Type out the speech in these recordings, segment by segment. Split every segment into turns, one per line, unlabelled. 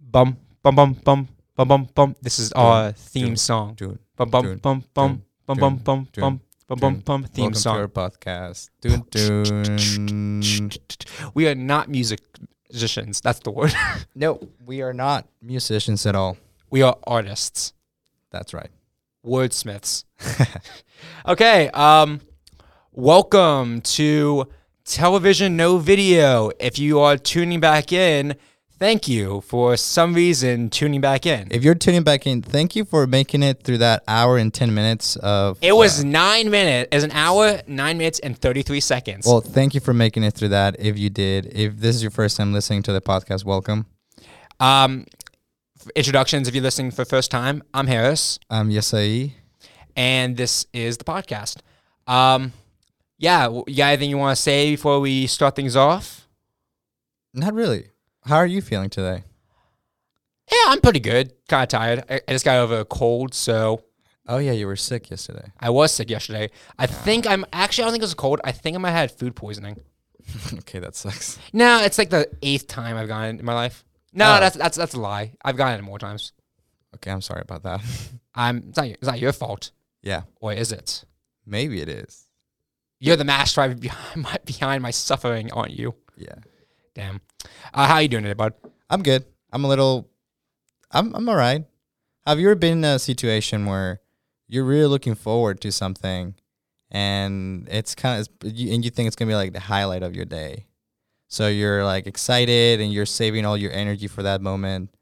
bum bum bum bum bum bum bum. This is our theme
Dune.
song.
Dune.
Bum bum
Dune.
bum bum bum bum
Dune.
bum
Dune.
bum bum bum
Dune.
bum. Theme
Welcome to
song.
our podcast. Dune, Dune.
We are not musicians. That's the word.
No, we are not musicians at all.
We are artists,
That's right.
wordsmiths. okay. Um, welcome to television no video. If you are tuning back in, thank you for some reason tuning back in.
If you're tuning back in, thank you for making it through that hour and 10 minutes of. uh,
It was nine minutes, as an hour, nine minutes and thirty-three seconds.
Well, thank you for making it through that. If you did, if this is your first time listening to the podcast, welcome.
um, f- introductions. If you're listening for the first time, I'm Harris,
Um, yes, I.
and this is the podcast. Um, yeah, w- you got anything you want to say before we start things off?
Not really. How are you feeling today?
Yeah, I'm pretty good. Kind of tired. I, I just got over a cold, so
Oh yeah, you were sick yesterday.
I was sick yesterday. I think I'm actually. I don't think it was a cold. I think I might have had food poisoning.
okay, that sucks.
No, it's like the eighth time I've gotten it in my life. No,
Oh.
that's that's that's a lie. I've gotten it more times.
Okay, I'm sorry about that.
I'm. It's not. It's not your fault.
yeah,
Or is it?
maybe it is.
You're the master driver behind my, behind my suffering, aren't you?
Yeah,
Damn. Uh, how you doing today, bud?
I'm good. I'm a little. I'm I'm alright. Have you ever been in a situation where you're really looking forward to something, and it's kind of and you think it's gonna be like the highlight of your day, so you're like excited and you're saving all your energy for that moment,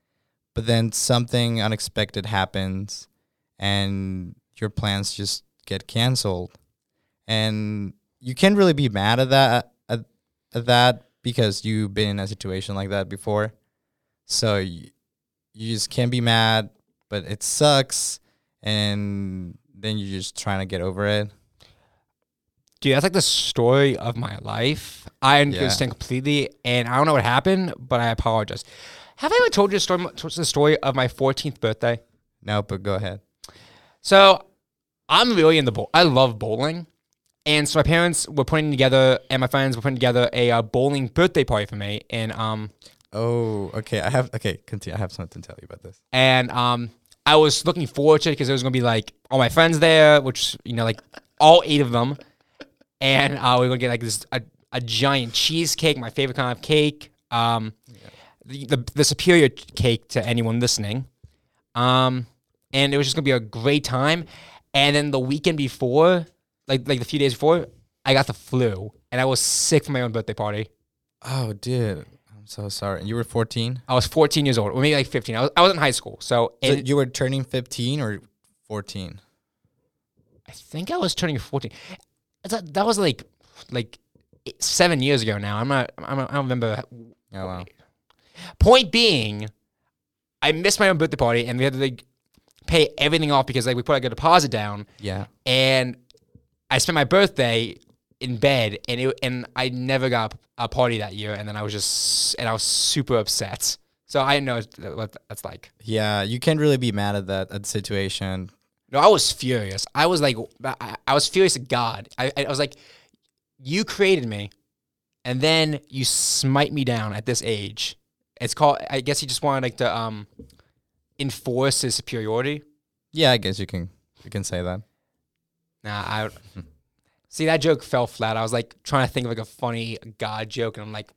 but then something unexpected happens, and your plans just get canceled, and you can't really be mad at that at, at that because you've been in a situation like that before. So you, you just can't be mad, but it sucks. And then you're just trying to get over it.
Dude, that's like the story of my life. I understand completely, and I don't know what happened, but I apologize. Have I ever told you the story, told the story of my 14th birthday?
No, but go ahead.
So I'm really into bowl. I love bowling. And so my parents were putting together, and my friends were putting together a uh, bowling birthday party for me. And um,
Oh, okay. I have, okay, continue. I have something to tell you about this.
and um, I was looking forward to it because there was gonna be like all my friends there, which you know, like all eight of them, and uh, we were gonna get like this a, a giant cheesecake, my favorite kind of cake, um, the, the the superior cake to anyone listening, um, and it was just gonna be a great time. And then the weekend before, like like the few days before, I got the flu and I was sick for my own birthday party.
Oh, dude. I'm so sorry. You were 14?
I was 14 years old, or maybe like 15. I was, I was in high school, so,
So
and
you were turning 15 or 14?
I think I was turning 14. It's like- That was like like eight- seven years ago now. I'm not. I'm not I don't remember.
Oh, wow.
Point being, I missed my own birthday party, and we had to like pay everything off because like we put like a deposit down,
Yeah.
and I spent my birthday in bed, and it and I never got a party that year, and then I was just and I was super upset. So I know what that's like.
Yeah. You can't really be mad at that at the situation.
No, I was furious. I was like, I, I was furious at God. I, I was like, you created me, and then you smite me down at this age. It's called. I guess he just wanted like to um enforce his superiority.
Yeah, I guess you can, you can say that.
Nah, I see that joke fell flat. I was like trying to think of like a funny God joke, and I'm like,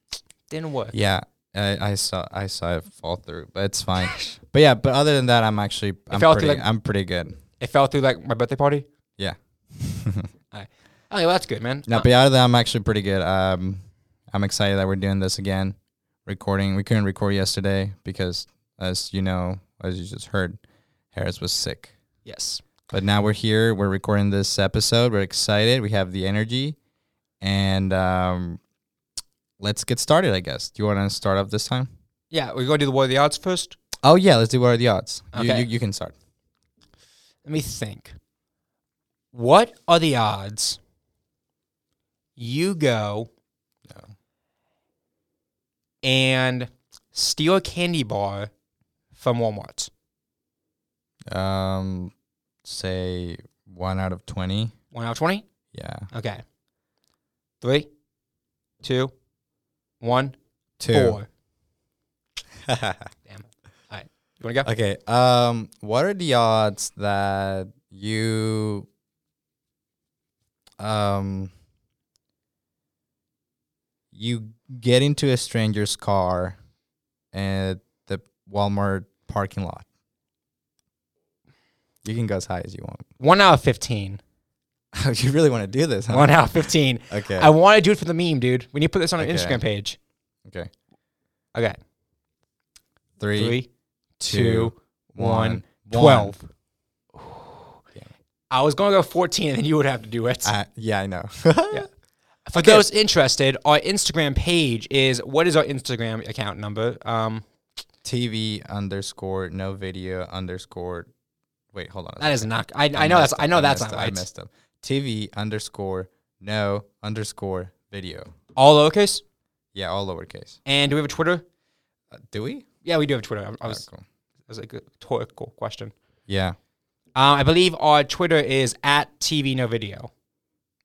didn't work.
Yeah, I, I saw I saw it fall through, but it's fine. but yeah, but other than that, I'm actually I'm
fell
pretty
through like-
I'm pretty good.
It fell through like my birthday party.
Yeah.
Oh, yeah, well, that's good, man.
No, but other than that, I'm actually pretty good. Um, I'm excited that we're doing this again, recording. We couldn't record yesterday because, as you know, as you just heard, Harris was sick.
yes.
But now we're here. We're recording this episode. We're excited. We have the energy, and um, let's get started. I guess. Do you want to start off this time?
Yeah, we're gonna do the war of the odds first.
Oh yeah, let's do what are the odds. You,
Okay.
you, you can start.
Let me think. What are the odds you go
No.
and steal a candy bar from Walmart?
Um, say one out of twenty.
One out of 20?
Yeah,
Okay. Three, two, one,
two.
four. Damn. You want to go?
Okay. Um, what are the odds that you um you get into a stranger's car at the Walmart parking lot? You can go as high as you want.
One hour 15.
you really want to do this, huh?
One hour 15.
Okay.
I want to do it for the meme, dude. We need to put this on our
Okay.
Instagram page.
okay.
Okay.
Three,
Three, two, one,
one.
twelve.
Damn.
I was going to go 14 and then you would have to do it.
Uh, yeah, I know.
For those interested, our Instagram page is what is our Instagram account number? Um,
TV underscore no video underscore. Wait, hold on. a
that is not. I,
I
I know that's.
messed
I
up,
know that's
messed
not
up, I
right.
messed up. TV underscore no underscore video.
All lowercase.
Yeah, all lowercase.
And do we have a Twitter?
Uh, do we?
Yeah, we do have a Twitter. I, I
Ah,
was,
cool.
that was a good rhetorical question.
Yeah,
Um, I believe our Twitter is at TV No Video.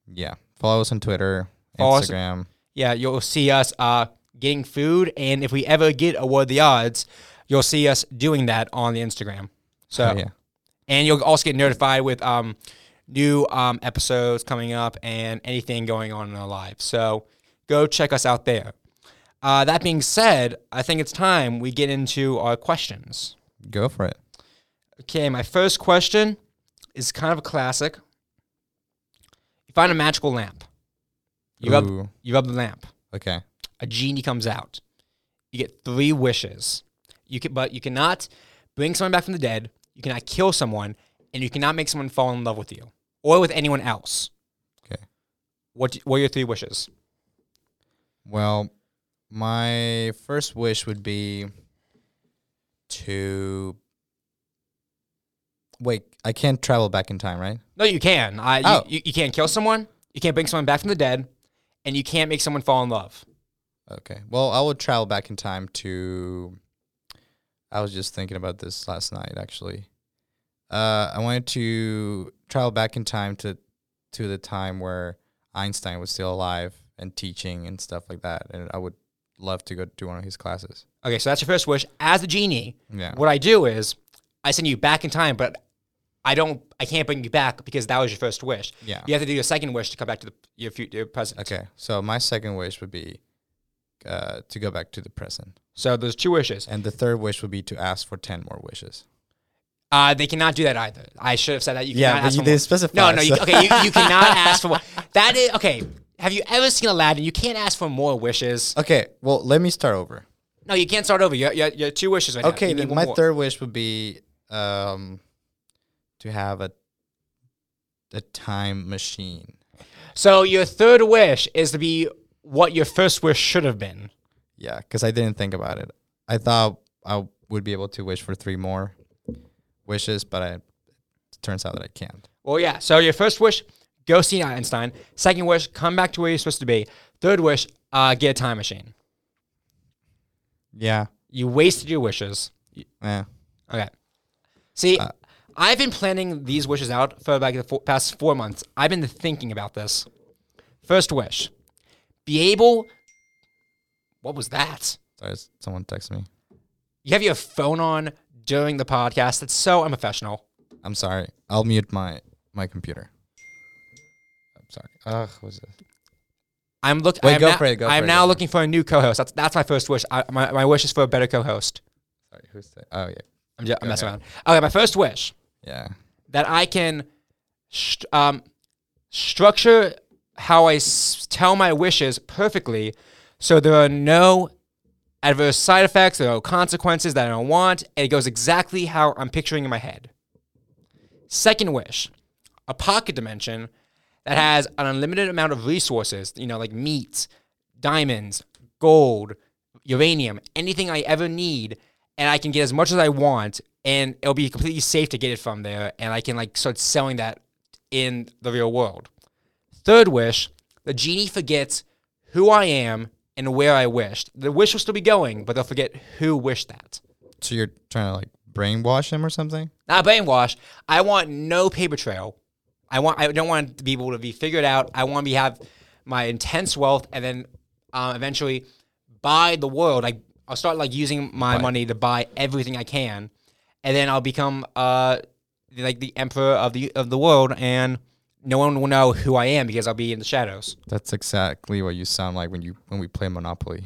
yeah. Follow us on Twitter,
Follow us-
Instagram.
Yeah, you'll see us uh, getting food, and if we ever get award the odds, you'll see us doing that on the Instagram. So,
Oh, yeah,
and you'll also get notified with um, new um, episodes coming up and anything going on in our lives. So, go check us out there. Uh, that being said, I think it's time we get into our questions.
go for it.
Okay, my first question is kind of a classic. You find a magical lamp. You rub,
Ooh,
you rub the lamp.
okay.
A genie comes out. You get three wishes. You can, but you cannot bring someone back from the dead. You cannot kill someone, and you cannot make someone fall in love with you or with anyone else.
Okay.
What do- What are your three wishes?
Well, my first wish would be to wait. I can't travel back in time, right?
No, you can. I, you,
Oh.
you, you can't kill someone. You can't bring someone back from the dead, and you can't make someone fall in love.
Okay. Well, I will travel back in time to. I was just thinking about this last night, actually. Uh, I wanted to travel back in time to, to the time where Einstein was still alive and teaching and stuff like that, and I would love to go to one of his classes.
Okay, so that's your first wish. As a genie,
Yeah.
what I do is I send you back in time, but I don't. I can't bring you back because that was your first wish.
Yeah.
You have to do your second wish to come back to the, your future your present.
Okay. So my second wish would be, uh, to go back to the present,
So there's two wishes.
and the third wish would be to ask for ten more wishes.
Uh, they cannot do that either. I should have said that. You
Yeah,
cannot
but
ask
you
for
didn't
more.
specify,
No, no. You,
so-
okay, you, you cannot ask for. More. That is okay. Have you ever seen Aladdin? You can't ask for more wishes.
Okay. Well, let me start over.
No, you can't start over. You you, you have two wishes right now.
Okay,
You need
then
one
my
more.
third wish would be um, to have a a time machine.
So your third wish is to be what your first wish should have been.
Yeah, because I didn't think about it. I thought I would be able to wish for three more wishes, but I, it turns out that I can't.
Well, yeah. So your first wish, go see Einstein. Second wish, come back to where you're supposed to be. Third wish, uh, get a time machine.
Yeah.
You wasted your wishes. You-
Yeah.
Okay. See,
Uh,
I've been planning these wishes out for like the four, past four months. I've been thinking about this. First wish, be able. What was that?
Sorry, s- someone texted me.
You have your phone on during the podcast. That's so unprofessional.
I'm sorry. I'll mute my my computer. I'm sorry. Ugh, what's this?
I'm looking.
Wait,
I'm
go
now,
for it, go
I'm
for it,
now
go for it.
looking for a new co-host. That's that's my first wish. I, my my wish is for a better co-host.
Sorry, who's that? Oh yeah,
I'm, just, I'm messing
ahead.
around. Okay, my first wish
yeah.
that I can st- um, structure how I s- tell my wishes perfectly, so there are no adverse side effects, there are no consequences that I don't want, and it goes exactly how I'm picturing in my head. Second wish, a pocket dimension that has an unlimited amount of resources, you know, like meat, diamonds, gold, uranium, anything I ever need, and I can get as much as I want, and it'll be completely safe to get it from there, and I can like start selling that in the real world. Third wish, the genie forgets who I am and where I wished. The wish will still be going, but they'll forget who wished that.
So you're trying to like brainwash him or something?
Not brainwash. I want no paper trail. I want. I don't want it to be able to be figured out. I want to be have my intense wealth, and then um, eventually buy the world. Like I'll start like using my money to buy everything I can, and then I'll become uh like the emperor of the of the world, and no one will know who I am because I'll be in the shadows.
That's exactly what you sound like when you when we play Monopoly.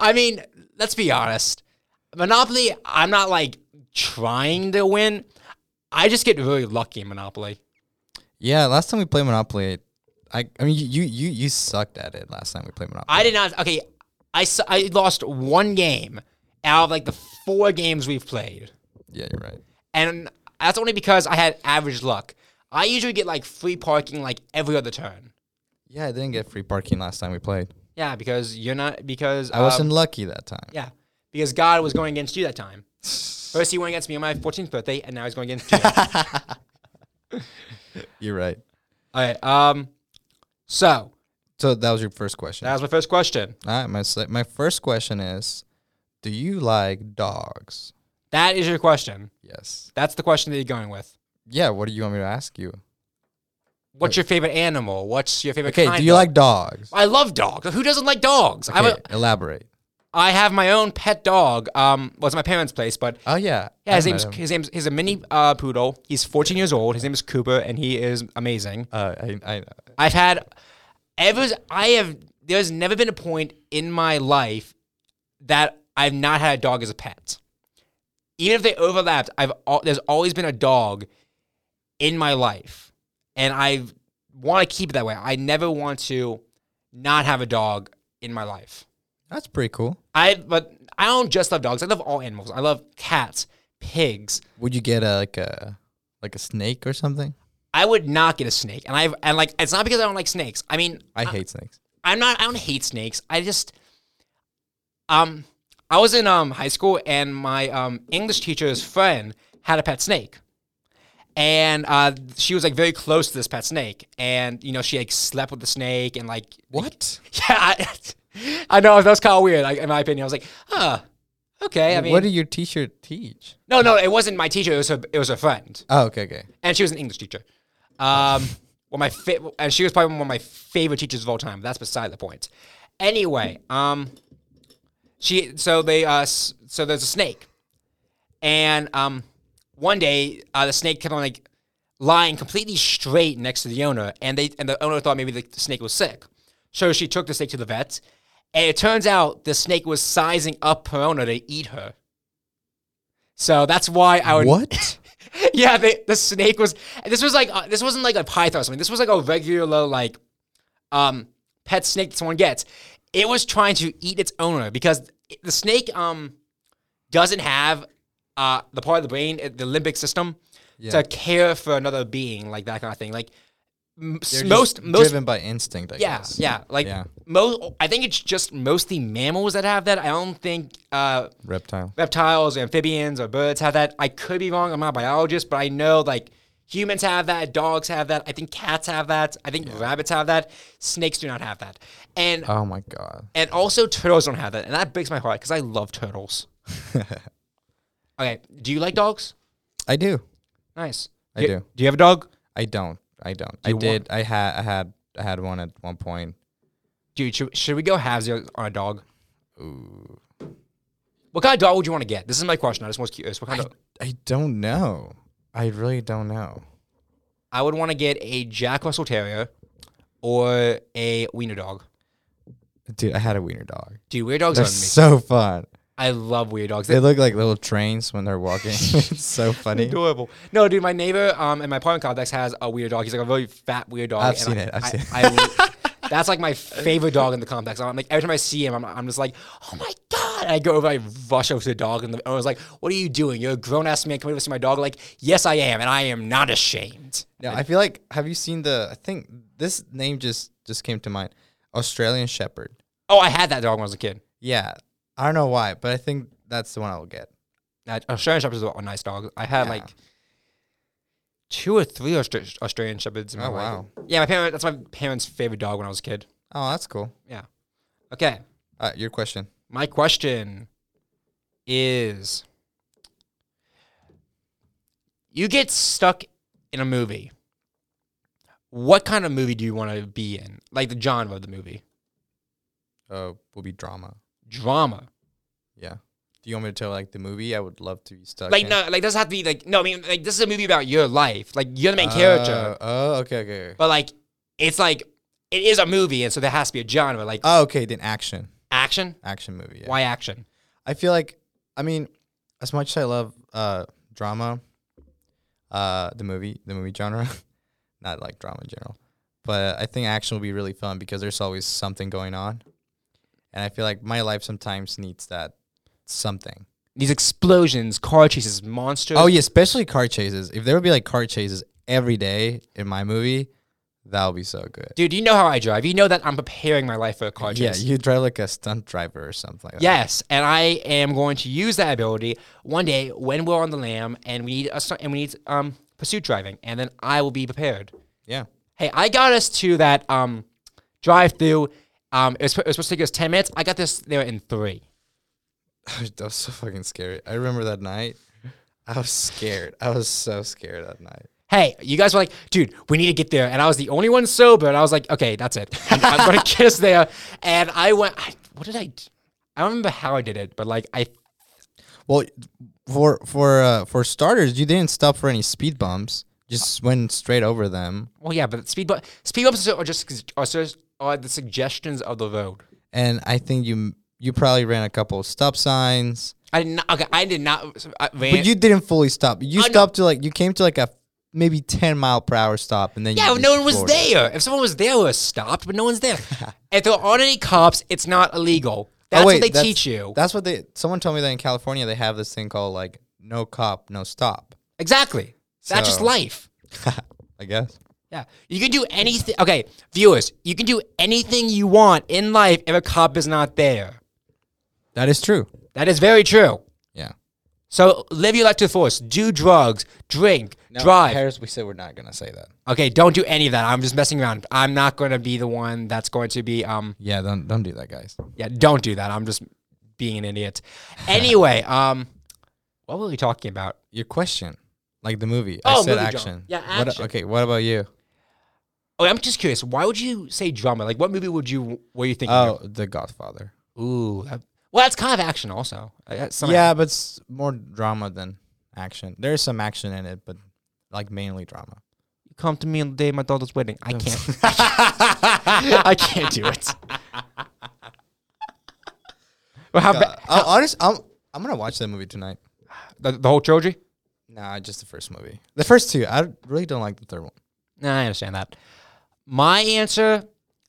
I mean, let's be honest. Monopoly, I'm not like trying to win. I just get really lucky in Monopoly.
Yeah, last time we played Monopoly, I I mean you you you sucked at it last time we played Monopoly.
I did not. Okay, I s- I lost one game out of like the four games we've played,
yeah, you're right.
and that's only because I had average luck. I usually get like free parking like every other turn.
Yeah, I didn't get free parking last time we played.
Yeah, because you're not because
I wasn't lucky that time.
Um, Yeah, because God was going against you that time. First he went against me on my 14th birthday, and now he's going against you. All
You're right.
right. Um. So
So that was your first question.
that was my first question.
All right, my se- my first question is, do you like dogs?
That is your question.
Yes.
That's the question that you're going with.
Yeah. What do you want me to ask you?
What's your favorite animal? What's your favorite?
Okay.
kind
do you
of-
like dogs?
I love dogs. Who doesn't like dogs? I'm
Okay,
a,
elaborate.
I have my own pet dog. Um, well, it's my parents' place, but
Oh yeah.
yeah, his
I
name's
met him.
his name's he's a mini uh, poodle. He's 14 years old. His name is Cooper, and he is amazing.
Uh, I, I,
I've had ever I have there's never been a point in my life that I've not had a dog as a pet. Even if they overlapped, I've al- there's always been a dog in my life, and I want to keep it that way. I never want to not have a dog in my life.
that's pretty cool.
I but I don't just love dogs. I love all animals. I love cats, pigs.
Would you get a like a like a snake or something?
I would not get a snake, and I've and like it's not because I don't like snakes. I mean,
I hate snakes.
I'm not. Uh, I don't hate snakes. I just, um, I was in um high school and my um English teacher's friend had a pet snake, and uh she was like very close to this pet snake, and you know she like slept with the snake and like
What?
yeah, I, I know that was kind of weird. Like in my opinion, I was like, huh, okay. I mean,
what did your teacher teach?
no, no, it wasn't my teacher. It was her, it was her friend,
Oh, okay, okay.
and she was an English teacher. Um, well, my fa- and she was probably one of my favorite teachers of all time. That's beside the point. Anyway, um, she so they uh s- so there's a snake, and um, one day uh, the snake kept on like lying completely straight next to the owner, and they and the owner thought maybe the, the snake was sick, so she took the snake to the vet, and it turns out the snake was sizing up her owner to eat her. So that's why I would
What?
yeah, they, the snake was. This was like uh, this wasn't like a python or something. This was like a regular like um pet snake that someone gets. It was trying to eat its owner because it- the snake um doesn't have uh the part of the brain uh, the limbic system to care for another being like that kind of thing. Like m- s-
They're just
most most
driven by instinct. I
yeah
guess.
yeah like
Yeah.
most I think it's just mostly mammals that have that. I don't think uh
Reptile.
reptiles, amphibians, or birds have that. I could be wrong. I'm not a biologist, but I know like humans have that, dogs have that. I think cats have that. I think rabbits have that. Snakes do not have that, and
Oh my god.
and also turtles don't have that, and that breaks my heart because I love turtles. okay, do you like dogs?
I do.
Nice.
I
Do-
do.
Do you have a dog?
I don't. I don't. I
You want-
did. I had. I had. I had one at one point.
Dude, should, should we go halvesies on a dog? Ooh. What kind of dog would you want to get? This is my question. I just was curious. What kind of?
I don't know. I really don't know.
I would want to get a Jack Russell Terrier or a wiener dog.
Dude, I had a wiener dog.
Dude, weird dogs are
They're
amazing.
so fun.
I love weird dogs.
They
They're
look like little trains when they're walking. it's so funny.
adorable. No, dude, my neighbor um in my apartment complex has a weird dog. He's like a really fat weird dog.
I've
and
seen
I-
it. I've
I-
seen it.
I- that's like my favorite dog in the complex. I'm like every time I see him, I'm, I'm just like, oh my god! And I go over, I rush over to the dog, and the owner's like, "What are you doing? You're a grown ass man. Come over to see my dog." Like, yes, I am, and I am not ashamed.
Now, I feel like have you seen the? I think this name just just came to mind. Australian Shepherd.
Oh, I had that dog when I was a kid.
Yeah, I don't know why, but I think that's the one I'll get.
Uh, Australian shepherds are a nice dog. I had
Yeah.
like two or three Austra- Australian shepherds. In my
Oh,
life.
wow.
Yeah, my parents. That's my parents' favorite dog when I was a kid.
Oh, that's cool.
Yeah. Okay.
All right, your question.
My question is you get stuck in a movie. What kind of movie do you want to be in? Like the genre of the movie?
Uh, will be drama.
Drama.
Yeah. Do you want me to tell like the movie? I would love to be stuck.
Like
in.
no, like doesn't have to be like no. I mean, like this is a movie about your life. Like you're the main character,
Uh, oh, okay, okay.
but like it's like it is a movie, and so there has to be a genre like
Oh, okay. Then action,
action.
action movie. Yeah.
Why action?
I feel like, I mean, as much as I love uh, drama, uh, the movie, the movie genre, not like drama in general, but I think action will be really fun because there's always something going on, and I feel like my life sometimes needs that something.
These explosions, car chases, monsters.
Oh yeah, especially car chases. If there would be like car chases every day in my movie, that would be so good.
dude, you know how I drive. You know that I'm preparing my life for a car
Yeah,
chase.
you drive like a stunt driver or something. Like that.
Yes, and I am going to use that ability one day when we're on the lam and we need a, stu- and we need um pursuit driving, and then I will be prepared.
yeah.
Hey, I got us to that um drive through. Um, it was, it was supposed to take us ten minutes. I got this there in three.
that was so fucking scary. I remember that night. I was scared. I was so scared that night.
Hey, you guys were like, dude, we need to get there, and I was the only one sober, and I was like, okay, that's it. I'm, I'm gonna get us there, and I went. I, what did I? d- I don't remember how I did it, but like I
Well, for for uh, for starters, you didn't stop for any speed bumps. Just went straight over them.
Well, yeah, but speed bump, speed bumps are just are, just, are the suggestions of the road.
And I think you you probably ran a couple of stop signs,
I did not. Okay, I did not. I ran,
but you didn't fully stop. You
I know.
stopped to like you came to like a maybe ten mile per hour stop, and then you
yeah,
just
no one was
floored it.
there. If someone was there, we were stopped, but no one's there. if there aren't any cops, it's not illegal. That's
oh, wait,
what they
that's-
teach you.
That's what they. Someone told me that in California they have this thing called like no cop, no stop.
exactly. That's just
So-
life.
I guess.
Yeah, you can do anything. Okay, viewers, you can do anything you want in life if a cop is not there.
That is true.
That is very true.
Yeah.
So live your life to the fullest. Do drugs, drink,
No,
drive.
Harris, we said we're not gonna say that.
Okay, don't do any of that. I'm just messing around. I'm not going to be the one that's going to be um
Yeah, don't don't do that, guys.
yeah, don't do that. I'm just being an idiot. Anyway, um what were we talking about?
Your question, like the movie.
Oh,
I said
movie genre.
action.
Yeah,
What-
action.
okay, what about you?
Oh, I'm just curious. Why would you say drama? Like what movie would you were you thinking
Oh, The Godfather.
of? Ooh. that- well, that's kind of action also. Uh, that's some-
Yeah, but it's more drama than action. There's some action in it, but like mainly drama.
Come to me on the day of my daughter's wedding. I can't. I can't do it. well, how
Uh,
ba-
I'll- honest, I'm I'm gonna watch that movie tonight.
the, the whole trilogy?
Nah, just the first movie. The first two. I really don't like the third one.
No, I understand that. My answer,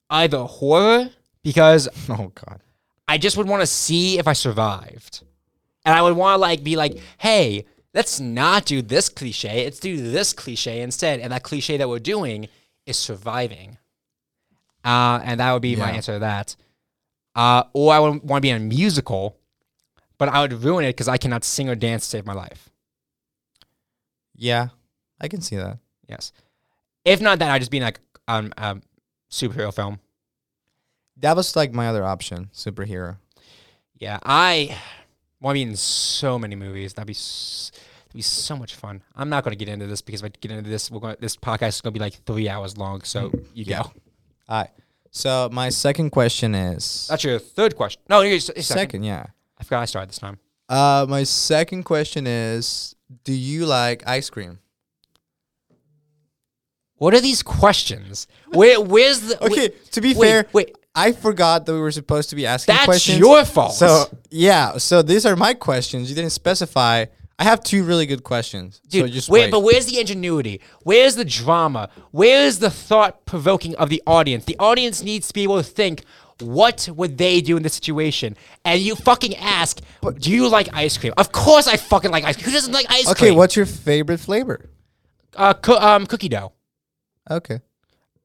either horror, because
Oh God.
I just would want to see if I survived. And I would want to like be like, hey, let's not do this cliche. Let's do this cliche instead. And that cliche that we're doing is surviving. Uh, and that would be my
Yeah.
answer to that. Uh, or I would want to be in a musical, but I would ruin it because I cannot sing or dance to save my life.
Yeah, I can see that.
Yes. If not that, I'd just be in like um, um superhero film.
That was like my other option, superhero.
Yeah, I want to be in so many movies. That'd be s that'd be so much fun. I'm not going to get into this because if I get into this, we're going to this podcast is going to be like three hours long. So you
Yeah.
go.
All right. So my second question is
That's your third question. No, your s- second.
second. Yeah.
I forgot I started this time.
Uh, my second question is: Do you like ice cream?
What are these questions? Where where's the wait-
Okay, to be
wait,
fair,
Wait,
I forgot that we were supposed to be asking
That's
questions.
your fault.
So yeah, so these are my questions. You didn't specify. I have two really good questions.
dude.
so just
wait,
wait.
but where's the ingenuity? Where's the drama? Where's the thought provoking of the audience? The audience needs to be able to think. What would they do in this situation? And you fucking ask, do you like ice cream? Of course I fucking like ice cream. Who doesn't like ice
okay,
cream?
what's your favorite flavor?
Uh, coo- um, cookie dough.
Okay,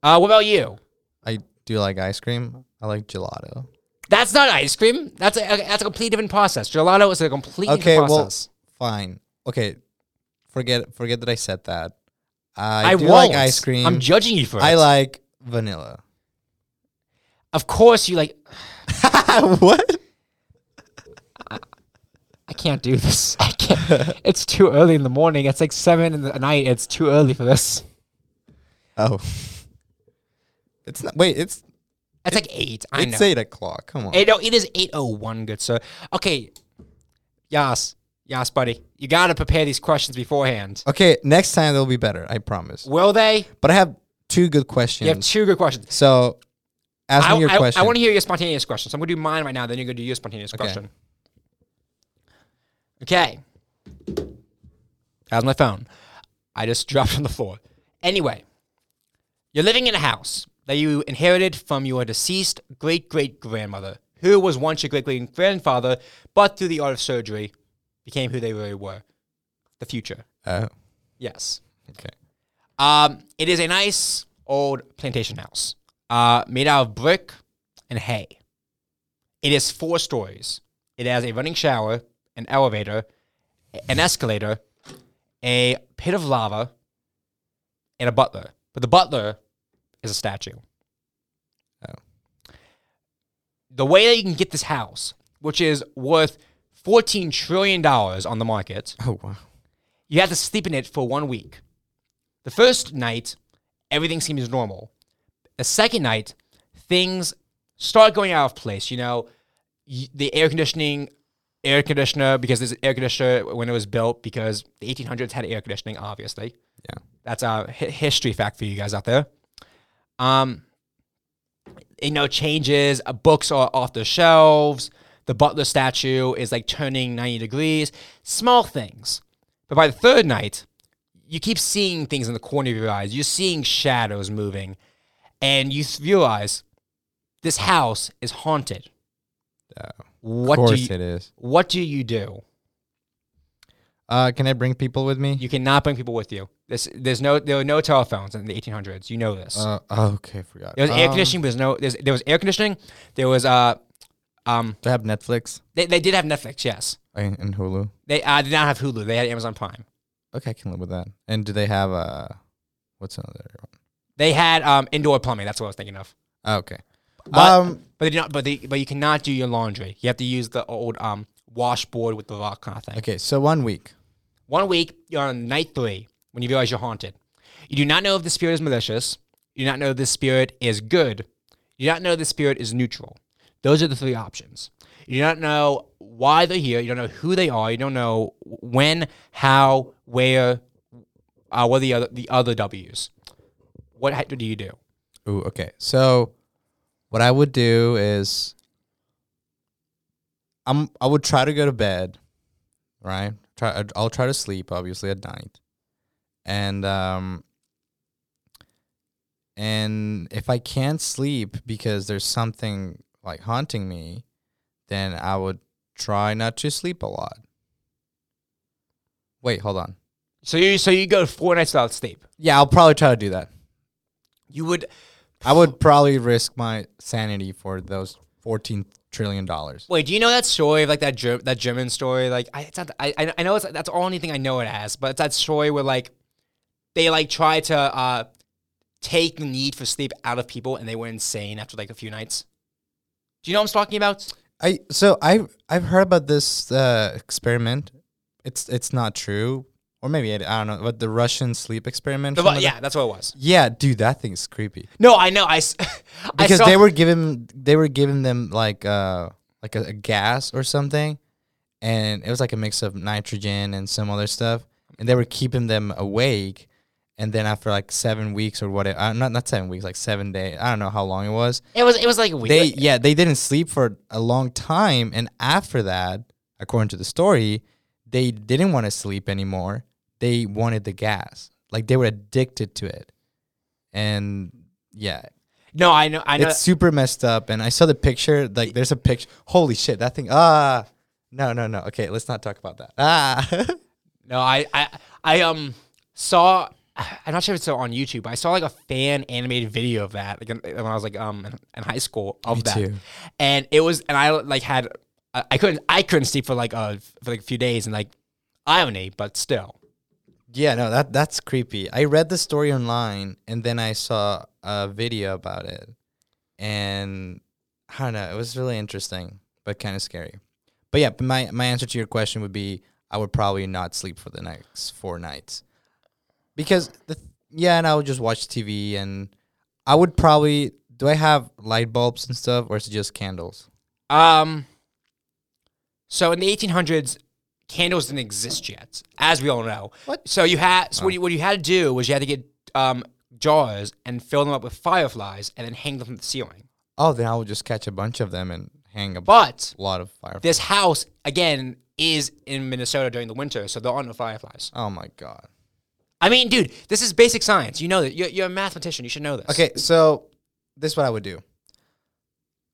Uh, what about you?
I do like ice cream. I like gelato.
That's not ice cream. That's a, okay, that's a complete different process. Gelato is a complete
Okay,
different
well,
process.
fine. Okay, forget forget that I said that. I,
I
do
won't.
like ice cream.
I'm judging you for it.
I like vanilla.
Of course you like.
what?
I can't do this. I can't. it's too early in the morning. It's like seven in the night. It's too early for this.
Oh. It's not wait, it's
It's like eight. I
it's
know.
eight o'clock. Come on.
Eight, no, it is eight oh one. Good sir. Okay, Yas, Yas, buddy, you got to prepare these questions beforehand.
Okay, next time they'll be better. I promise.
Will they?
But I have two good questions.
You have two good questions.
so, ask
I,
me your
I- I
question.
want to hear your spontaneous question. So I'm going to do mine right now, then you're going to do your spontaneous question. Okay. How's my phone? I just dropped on the floor. Anyway, you're living in a house that you inherited from your deceased great great grandmother, who was once your great great grandfather, but through the art of surgery became who they really were the future.
oh,
Yes.
okay.
Um, it is a nice old plantation house uh, made out of brick and hay. It is four stories. It has a running shower, an elevator, an escalator, a pit of lava, and a butler. But the butler is a statue.
Oh.
The way that you can get this house, which is worth $14 trillion on the market,
Oh wow.
you have to sleep in it for one week. The first night, everything seems normal. The second night, things start going out of place. You know, y- the air conditioning, air conditioner, because there's an air conditioner when it was built, because the 1800s had air conditioning, obviously.
Yeah.
That's a hi- history fact for you guys out there. Um, you know, changes. Uh, books are off the shelves. The butler statue is like turning 90 degrees. Small things. But by the third night, you keep seeing things in the corner of your eyes. You're seeing shadows moving. And you s- realize this house is haunted.
Oh,
What
of
do
course
you,
it is.
What do you do?
Uh, can I bring people with me?
You cannot bring people with you. This, there's no, there were no telephones in the 1800s. You know this.
Uh, oh, okay, forgot.
There was air
Um,
conditioning, but there's no. There's, there was air conditioning. There was uh, um,
Do I have Netflix
they, they did have Netflix. Yes,
and, and Hulu?
they uh, did not have Hulu. They had Amazon Prime.
Okay, I can live with that. And do they have uh, what's another one?
They had um indoor plumbing. That's what I was thinking of.
Oh, okay.
But-
um,
But they did not. But they, but you cannot do your laundry. You have to use the old um washboard with the rock kind of thing.
okay, so one week.
One week you're on night three when you realize you're haunted. You do not know if the spirit is malicious. You do not know if this spirit is good. You do not know if the spirit is neutral. Those are the three options. You do not know why they're here. You don't know who they are. You don't know when, how, where, uh, what are the other the other W's. What ha- do you do?
Ooh, okay. So what I would do is I'm I would try to go to bed, right? Try I'd- I'll try to sleep obviously at night. And um and if I can't sleep because there's something like haunting me, then I would try not to sleep a lot. Wait, hold on.
So you so you go four nights without sleep.
Yeah, I'll probably try to do that.
You would
I would probably risk my sanity for those fourteen trillion dollars.
Wait, do you know that story of like that Ger- that German story? Like, I, it's not, I I I know it's that's the only thing I know it as, but it's that story where like they like try to uh take the need for sleep out of people, and they went insane after like a few nights. Do you know what I'm talking about?
I so I I've heard about this uh, experiment. It's it's not true, or maybe it, I don't know. But the Russian sleep experiment.
The,
from
vo- yeah, that's what it was.
yeah, dude, that thing's creepy
No, I know. I s- I
because
saw-
they were giving they were giving them like uh like a, a gas or something, and it was like a mix of nitrogen and some other stuff, and they were keeping them awake. And then after like seven weeks or whatever, uh, not not seven weeks, like seven days, I don't know how long it was.
It was it was like weird.
they yeah they didn't sleep for a long time and after that according to the story they didn't want to sleep anymore they wanted the gas like they were addicted to it and yeah
no, I know. I know.
it's super messed up and i saw the picture like there's a picture holy shit that thing ah no no no okay let's not talk about that ah
No, I, I, I um saw. I'm not sure if it's on YouTube. But I saw like a fan animated video of that like, in- when I was like um in, in high school of
Me
that,
too.
and it was and I like had I, I couldn't I couldn't sleep for like uh for like a few days and like irony, but still.
Yeah, no, that that's creepy. I read the story online and then I saw a video about it. And I don't know, it was really interesting, but kind of scary. But yeah, but my my answer to your question would be I would probably not sleep for the next four nights. Because the th- yeah, and I would just watch TV and I would probably do I have light bulbs and stuff or is it just candles?
Um. So in the 1800s, candles didn't exist yet, as we all know.
What?
So you had so what, you, what you had to do was you had to get um, jars and fill them up with fireflies and then hang them from the ceiling.
Oh, then I will just catch a bunch of them and hang a
But
lot of fireflies.
this house again is in Minnesota during the winter, so there are no fireflies.
Oh my god.
I mean, dude, this is basic science. You know that you're, you're a mathematician. You should know this.
Okay, so this is what I would do.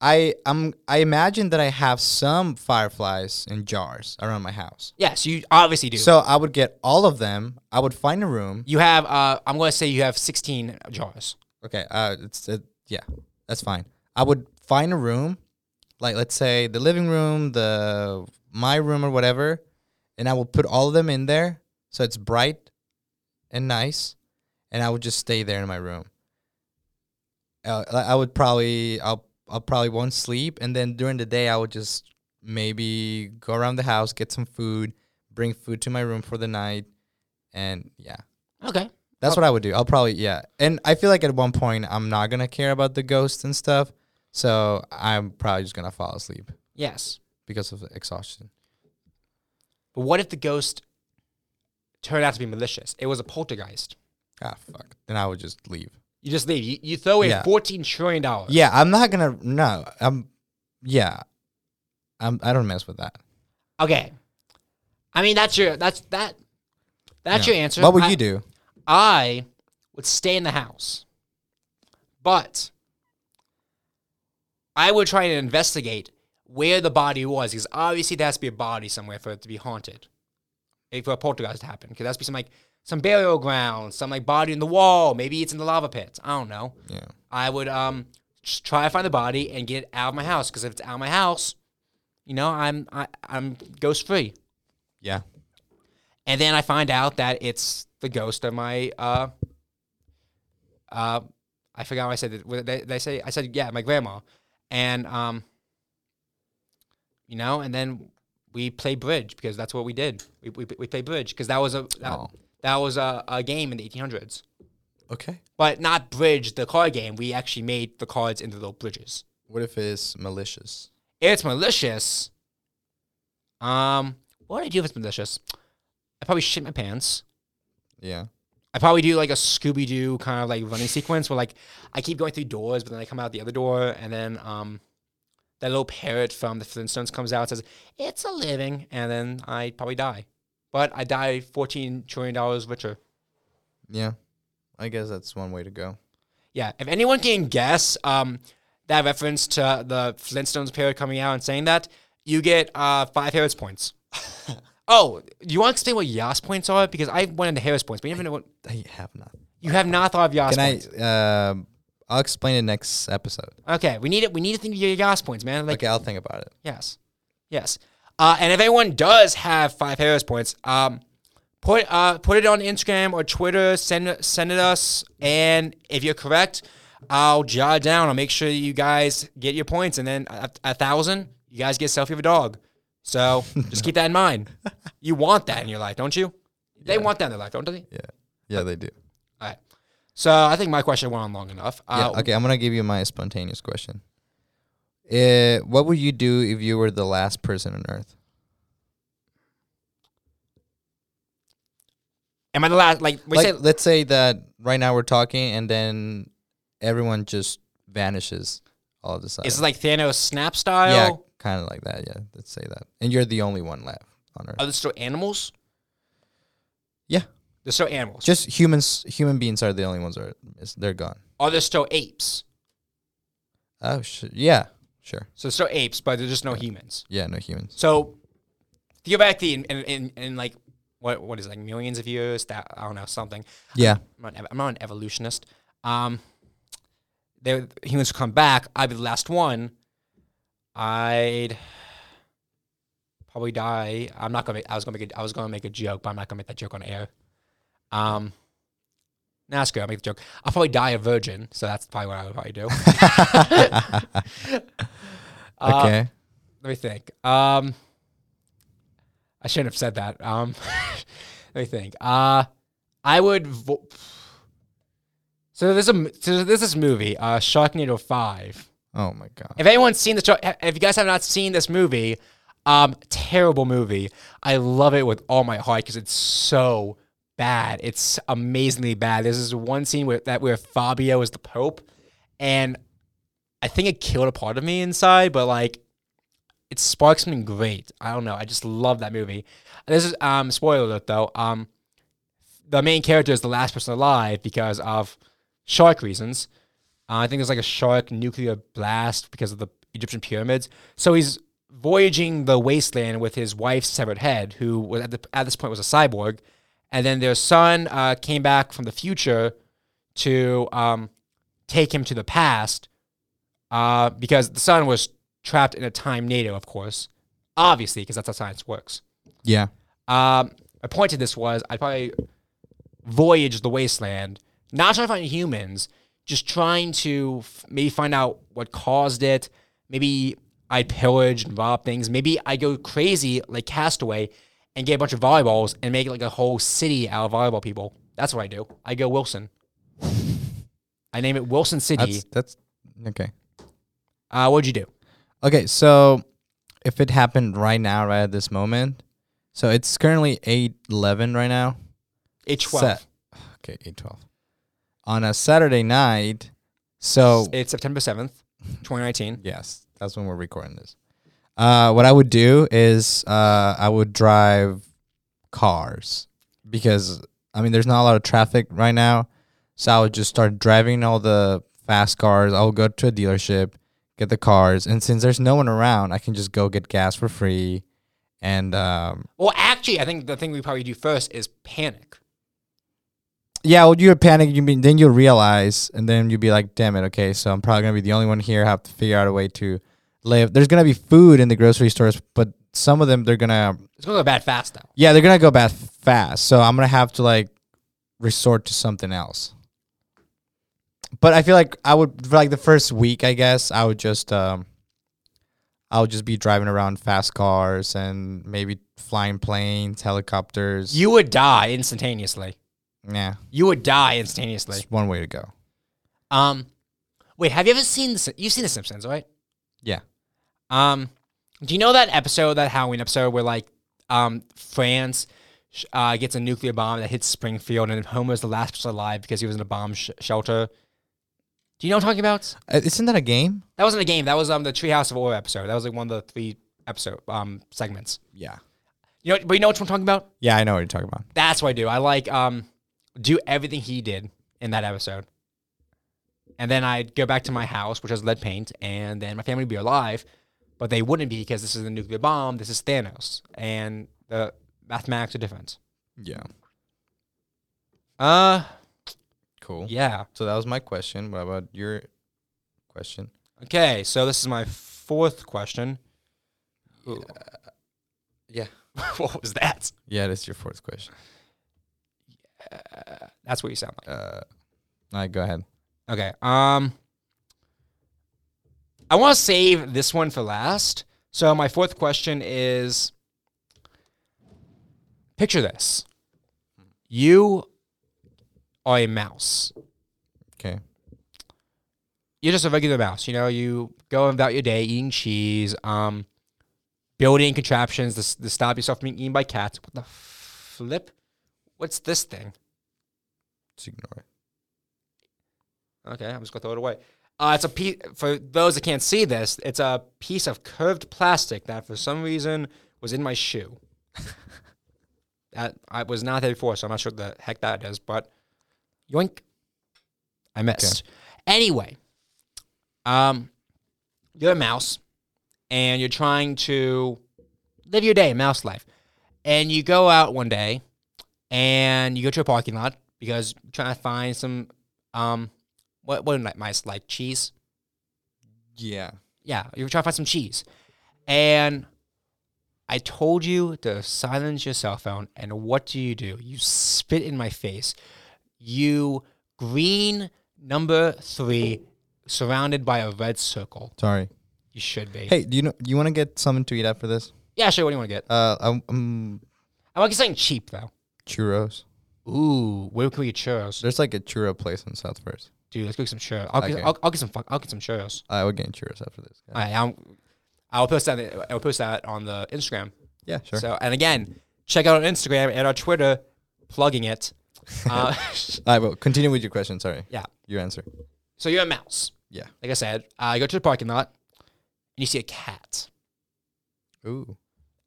I I'm I imagine that I have some fireflies in jars around my house.
Yes, you obviously do.
So I would get all of them. I would find a room.
you have uh, I'm going to say you have 16 jars.
Okay, uh, it's uh, yeah, that's fine. I would find a room, like let's say the living room, the my room or whatever, and I will put all of them in there so it's bright and nice, and I would just stay there in my room. Uh, I I would probably I'll I'll probably won't sleep, and then during the day I would just maybe go around the house, get some food, bring food to my room for the night, and yeah.
Okay.
That's what I would do. I'll probably yeah. And I feel like at one point I'm not gonna care about the ghosts and stuff. So I'm probably just gonna fall asleep
Yes.
because of the exhaustion.
But what if the ghost turned out to be malicious? It was a poltergeist.
Ah fuck. Then I would just leave.
You just leave. You, you throw away
Yeah.
14 trillion dollars.
Yeah, I'm not gonna no. I'm yeah. I'm I don't mess with that.
Okay. I mean, that's your that's that that's
Yeah.
your answer.
What would
I-
you do?
I would stay in the house, but I would try and investigate where the body was because obviously there has to be a body somewhere for it to be haunted, eh, for a poltergeist to happen. Because there has to be some like some burial ground, some like body in the wall. Maybe it's in the lava pit. I don't know.
Yeah.
I would um just try to find the body and get it out of my house because if it's out of my house, you know I'm I, I'm ghost free.
Yeah.
And then I find out that it's the ghost of my uh uh I forgot what I said. Did- what They, they say I said yeah, my grandma, and um you know, and then we play bridge because that's what we did. We we, we play bridge because that was a that,
Oh.
that was a, a game in the 1800s,
Okay.
but not bridge the card game. We actually made the cards into little bridges.
What if it's malicious?
It's malicious. Um, what do I do if it's malicious? I probably shit my pants.
Yeah.
I probably do like a Scooby Doo kind of like running sequence where like I keep going through doors, but then I come out the other door, and then um, that little parrot from the Flintstones comes out and says, "It's a living," and then I probably die, but I die fourteen trillion dollars richer.
Yeah. I guess that's one way to go.
Yeah, if anyone can guess um, that reference to the Flintstones parrot coming out and saying that, you get uh, five Harris points. oh, you want to explain what Yas points are? Because I went into Harris points, but you never know what
I have not.
you have not thought of Yas
Can
points.
I um I'll explain it next episode.
Okay, we need it. We need to think of your Yas points, man. Like
Okay, I'll think about it.
yes, yes. Uh, and if anyone does have five Harris points, um, put uh, put it on Instagram or Twitter. Send send it us, and if you're correct, I'll jot it down. I'll make sure you guys get your points, and then a, a thousand, you guys get a selfie of a dog. So just keep that in mind. You want that in your life, don't you? They want that in their life, don't they?
Yeah. Yeah, they do.
All right. So I think my question went on long enough.
Yeah,
Uh,
okay, I'm gonna give you my spontaneous question. Uh, what would you do if you were the last person on Earth?
Am I the last? Like, we
like,
say,
let's say that right now we're talking, and then everyone just vanishes all of a sudden.
is it like Thanos snap
yeah,
style?
kind of like that. Yeah, let's say that, and you're the only one left on Earth.
Are there still animals?
yeah,
There's still animals.
just humans. Human beings are the only ones that are is- they're gone.
Are there still apes?
Oh, sh- yeah, sure.
So there's still apes, but there's just no humans.
Yeah, no humans.
So theoretically, in, in, in, in like what what is it, like millions of years? That I don't know something.
Yeah,
I'm not, an ev- I'm not an evolutionist. Um, there humans come back. I'd be the last one. I'd probably die. I'm not gonna. Make, I was gonna make. A, I was gonna make a joke, but I'm not gonna make that joke on air. Um, nah, screw. it, I'll make the joke. I'll probably die a virgin. So that's probably what I would probably do. Uh,
okay.
let me think. Um, I shouldn't have said that. Um, let me think. Uh, I would. Vo- so there's a m- so there's this movie, uh, Sharknado Five.
oh my god.
If anyone's seen the, Shark- if you guys have not seen this movie, Um, terrible movie. I love it with all my heart because it's so bad. It's amazingly bad. There's this one scene where that where Fabio is the Pope, and I think it killed a part of me inside, but like it sparked something great. I don't know. I just love that movie. This is um spoiler alert though. Um the main character is the last person alive because of shark reasons. Uh, I think there's like a shark nuclear blast because of the Egyptian pyramids. So he's voyaging the wasteland with his wife's severed head, who was at, the, at this point was a cyborg, and then their son uh, came back from the future to um, take him to the past uh, because the son was trapped in a time NATO, of course, obviously, because that's how science works.
Yeah.
Um, my point to this was I'd probably voyage the wasteland, not trying to find humans, just trying to f- maybe find out what caused it. Maybe I pillage and rob things. Maybe I go crazy like Castaway and get a bunch of volleyballs and make like a whole city out of volleyball people. That's what I do. I go Wilson. I name it Wilson City.
That's that's okay.
Uh, what'd you do?
Okay, so if it happened right now, right at this moment, so it's currently eight eleven right now.
Eight twelve.
Set- Okay, eight twelve. On a Saturday night, so
It's September seventh, twenty nineteen.
yes, that's when we're recording this. Uh, what I would do is uh, I would drive cars because I mean there's not a lot of traffic right now, so I would just start driving all the fast cars. I'll go to a dealership, get the cars, and since there's no one around, I can just go get gas for free, and um,
Well, actually, I think the thing we probably do first is panic.
yeah, well, you're panicking. You mean then you'll realize, and then you'll be like, "Damn it! Okay, so I'm probably gonna be the only one here. Have to figure out a way to live." There's gonna be food in the grocery stores, but some of them they're gonna,
It's gonna go bad fast though.
yeah, they're gonna go bad fast. So I'm gonna have to like resort to something else. But I feel like I would for like the first week, I guess I would just, um, I would just be driving around fast cars and maybe flying planes, helicopters.
You would die instantaneously.
yeah,
You would die instantaneously.
it's one way to go.
Um, wait, have you ever seen the Sim- you've seen The Simpsons, right?
Yeah.
Um, do you know that episode, that Halloween episode, where like um France sh- uh, gets a nuclear bomb that hits Springfield, and Homer's the last person alive because he was in a bomb sh- shelter. Do you know what I'm talking about?
Uh, Isn't that a game?
That wasn't a game. That was um the Treehouse of Horror episode. That was like one of the three episode um segments.
Yeah.
You know, but you know what I'm talking about.
Yeah, I know what you're talking about.
That's what I do. I like um do everything he did in that episode. And then I'd go back to my house, which has lead paint, and then my family would be alive, but they wouldn't be because this is a nuclear bomb, this is Thanos, and the mathematics are different.
Yeah.
Uh
Cool.
yeah.
So that was my question. What about your question?
Okay, so this is my fourth question.
Yeah.
what was that?
Yeah, that's your fourth question.
That's what you sound like.
Uh, all right, go ahead.
Okay. Um I want to save this one for last. So my fourth question is picture this. You are a mouse.
Okay.
You're just a regular mouse, you know, you go about your day eating cheese, um building contraptions to, s- to stop yourself from being eaten by cats. What the flip? What's this thing?
Just ignore it.
Okay, I'm just gonna throw it away. Uh, it's a piece for those that can't see this. It's a piece of curved plastic that, for some reason, was in my shoe. that I was not there before, so I'm not sure what the heck that is. But yoink, I missed. Anyway, um, you're a mouse, and you're trying to live your day, mouse life, and you go out one day, and you go to a parking lot because you're trying to find some um what what like mice like cheese?
Yeah.
Yeah, you were trying to find some cheese. And I told you to silence your cell phone, and what do you do? You spit in my face. You green number three, surrounded by a red circle.
Sorry.
You should be.
Hey, do you know? You want to get something to eat after this?
Yeah, sure. What do you want to get?
Uh, um, um,
I want to get something cheap though.
churros.
Ooh, where can we get churros?
There's like a churro place in South First.
Dude, let's go get some churros. I'll,
Okay.
get, I'll, I'll get some. fuck- I'll get some churros.
I would get churros after this.
All right, I'm, I'll post that. I'll post that on the Instagram.
Yeah, sure.
So, and again, check out our Instagram and our Twitter, plugging it. Uh,
All right, well, continue with your question. Sorry.
yeah.
Your answer.
So you're a mouse.
Yeah.
Like I said, I go to the parking lot and you see a cat.
Ooh.